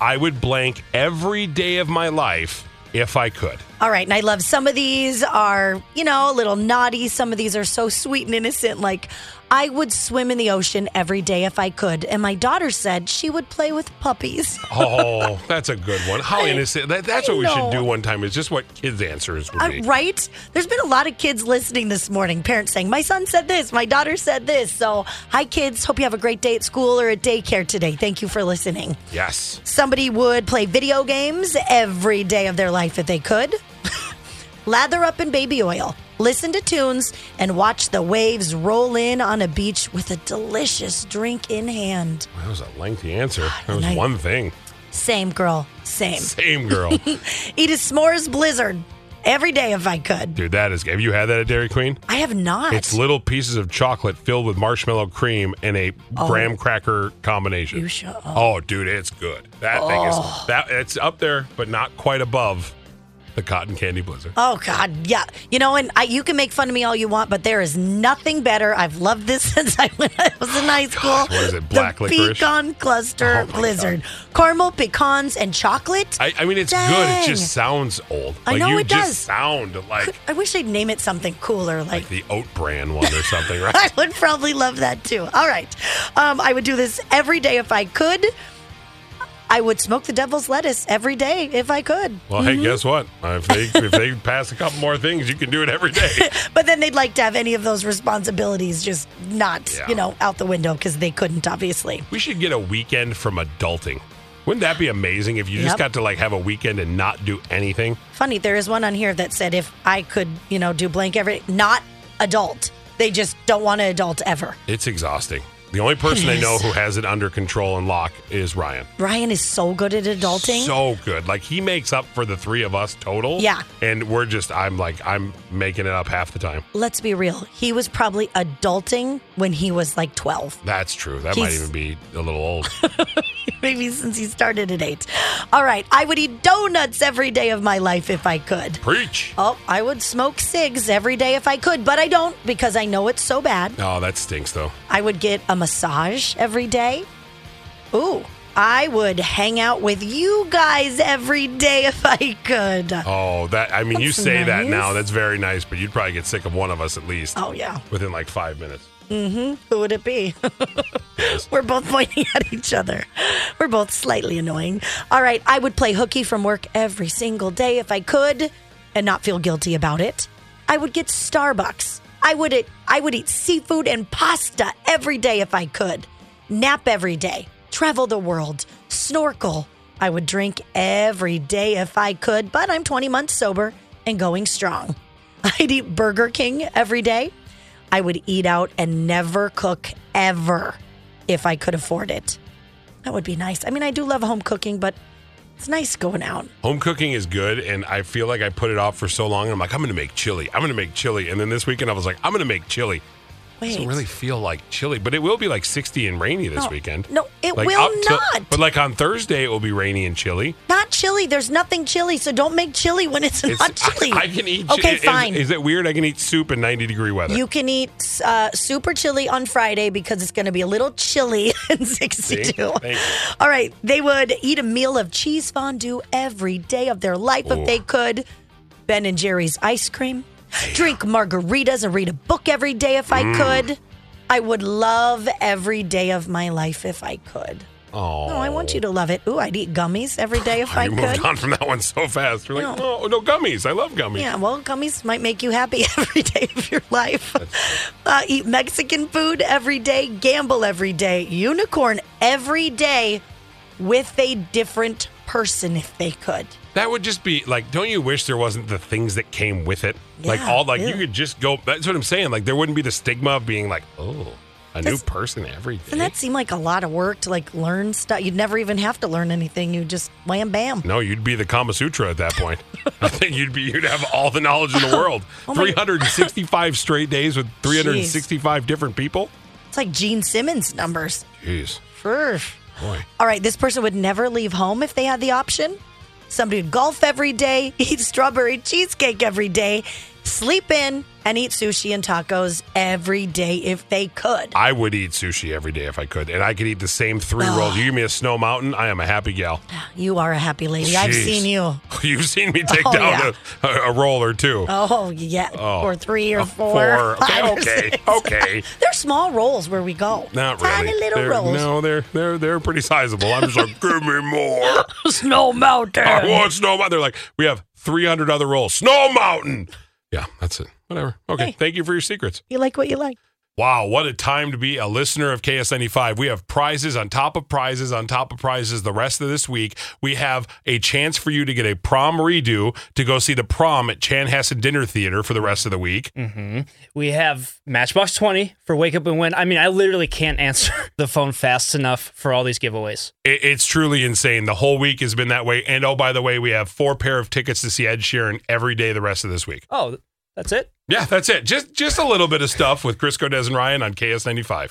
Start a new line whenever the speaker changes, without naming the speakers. I would blank every day of my life if I could.
All right, and I love some of these are, you know, a little naughty. Some of these are so sweet and innocent. Like, I would swim in the ocean every day if I could. And my daughter said she would play with puppies.
Oh, that's a good one. How
I-
innocent. That, that's
I
what we should
know.
do one time, is just what kids' answers would
Uh,
be.
right? There's been a lot of kids listening this morning, parents saying, My son said this, my daughter said this. So, hi, kids. Hope you have a great day at school or at daycare today. Thank you for listening.
Yes.
Somebody would play video games every day of their life if they could. Lather up in baby oil, listen to tunes, and watch the waves roll in on a beach with a delicious drink in hand.
That was a lengthy answer. That was
and I-
one thing.
Same girl, same.
Same girl.
Eat a s'mores blizzard every day if I could.
Dude, that is. Have you had that at Dairy Queen?
I have not.
It's little pieces of chocolate filled with marshmallow cream and a graham cracker combination.
Oh. You Oh. should-
Oh, dude, it's good. That thing is that it's up there, but not quite above the cotton candy blizzard.
Oh God, yeah. You know, and I, you can make fun of me all you want, but there is nothing better. I've loved this since I, when I was in high school.
what is it, black
the
licorice?
Pecan cluster
Oh, my
blizzard, caramel pecans and chocolate. I,
I, I mean, it's good. It
Dang.
just sounds old.
I
Like
know
you
it
just
does.
sound like
wish they'd name it something cooler, like.
like the oat bran one or something, right?
I would probably love that too. All right, um, I would do this every day if I could. I would smoke the devil's lettuce every day if I could.
Well, hey, guess what? If they if they pass a couple more things, you can do it every day.
But then they'd like to have any of those responsibilities just not,
Yeah.
you know, out the window because they couldn't, obviously.
We should get a weekend from adulting. Wouldn't that be amazing if you just
Yep.
got to like have a weekend and not do anything?
Funny, there is one on here that said if I could, you know, do blank every not adult. They just don't want to adult ever.
It's exhausting. The only person I
It
know
is.
who has it under control and lock is Ryan.
Ryan is so good at adulting.
So good. Like he makes up for the three of us total.
Yeah.
And we're just I'm like I'm making it up half the time.
Let's be real. He was probably adulting when he was like 12,
That's true. That might
He's-
even be a little old.
maybe since he started at eight. All right. I would eat donuts every day of my life if I could.
Preach.
Oh, I would smoke cigs every day if I could, but I don't because I know it's so bad.
Oh, that stinks though.
I would get a massage every day. Ooh, I would hang out with you guys every day if I could. Oh,
Oh, that I mean you
That's
say that now.
nice.
That's very nice, but you'd probably get sick of one of us at least
Oh, yeah.
within like five minutes.
Who would it be? We're both pointing at each other. We're both slightly annoying. All right, I would play hooky from work every single day if I could and not feel guilty about it. I would get Starbucks. I would eat, I would eat seafood and pasta every day if I could. Nap every day. Travel the world. Snorkel. I would drink every day if I could, but I'm 20 months sober and going strong. I'd eat Burger King every day. I would eat out and never cook ever if I could afford it. That would be nice. I mean, I do love home cooking, but it's nice going out.
Home cooking is good, and I feel like I put it off for so long. And I'm like, I'm going to make chili. I'm going to make chili. And then this weekend, I was like, I'm going to make chili.
Wait.
doesn't really feel like chilly, but it will be like 60 and rainy this
No.
weekend.
No, it
Like,
will
up till-
not.
But like on Thursday, it will be rainy and chilly.
Not chili. There's nothing chili, so don't make chili when it's, not chilly.
I, I can eat. chi-
Okay,
is-
fine.
Is, it weird? I can eat soup in 90 degree weather.
you can eat uh, super chili on Friday because it's going to be a little chilly in 62.
See? Thank you.
All right. They would eat a meal of cheese fondue every day of their life
Ooh.
if they could. Ben and Jerry's ice cream. Drink margaritas and read a book every day if
Mm.
I could. I would love every day of my life if I could.
Oh,
Oh, I want you to love it. Ooh, I'd eat gummies every day if I
You moved
could.
on from that one so fast. You're like,
No.
oh no, gummies. I love gummies.
Yeah, well, gummies might make you happy every day of your life. Uh, eat Mexican food every day, gamble every day, unicorn every day with a different person if they could.
That would just be like, don't you wish there wasn't the things that came with it? like
Yeah,
all, like you
ew.
could just go. That's what I'm saying. Like there wouldn't be the stigma of being like, oh, A new
Does-
person every day.
Doesn't that seem like a lot of work to like learn stuff? You'd never even have to learn anything. You just wham bam.
No, you'd be the Kama Sutra at that point. I think you'd be you'd have all the knowledge in the world.
Oh my-
365 straight days with 365 different people.
It's like Gene Simmons numbers.
Jeez,
Urgh.
boy.
All right, this person would never leave home if they had the option. Somebody would golf every day, eat strawberry cheesecake every day, sleep in, and eat sushi and tacos every day if they could.
I would eat sushi every day if I could, and I could eat the same three rolls. You give me a snow mountain, I am a happy gal.
You are a happy lady. I've
Ah. Jeez.
seen you.
You've seen me take
Oh,
down a, a roll or two.
Oh, yeah. Or three or four.
Uh, four. Okay,
five or
okay,
six.
okay.
They're small rolls where we go.
Not
Tiny
really.
little
They're-
rolls.
No, they're they're they're pretty sizable. I'm just like, give me more.
Snow mountain.
I want snow mountain. They're like, we have 300 other rolls. Snow mountain. Yeah, that's it. Whatever. Okay.
Hey.
Thank you for your secrets.
You like what you like.
Wow, what a time to be a listener of KSNE5. E We have prizes on top of prizes on top of prizes the rest of this week. We have a chance for you to get a prom redo to go see the prom at Chanhassen Dinner Theater for the rest of the week.
We have Matchbox 20 for Wake Up and Win. I mean, I literally can't answer the phone fast enough for all these giveaways.
It, it's truly insane. The whole week has been that way. And oh, by the way, we have four pair of tickets to see Ed Sheeran every day the rest of this week.
Oh, that's it?
Yeah, that's it. Just just a little bit of stuff with Chris Godez and Ryan on KS95.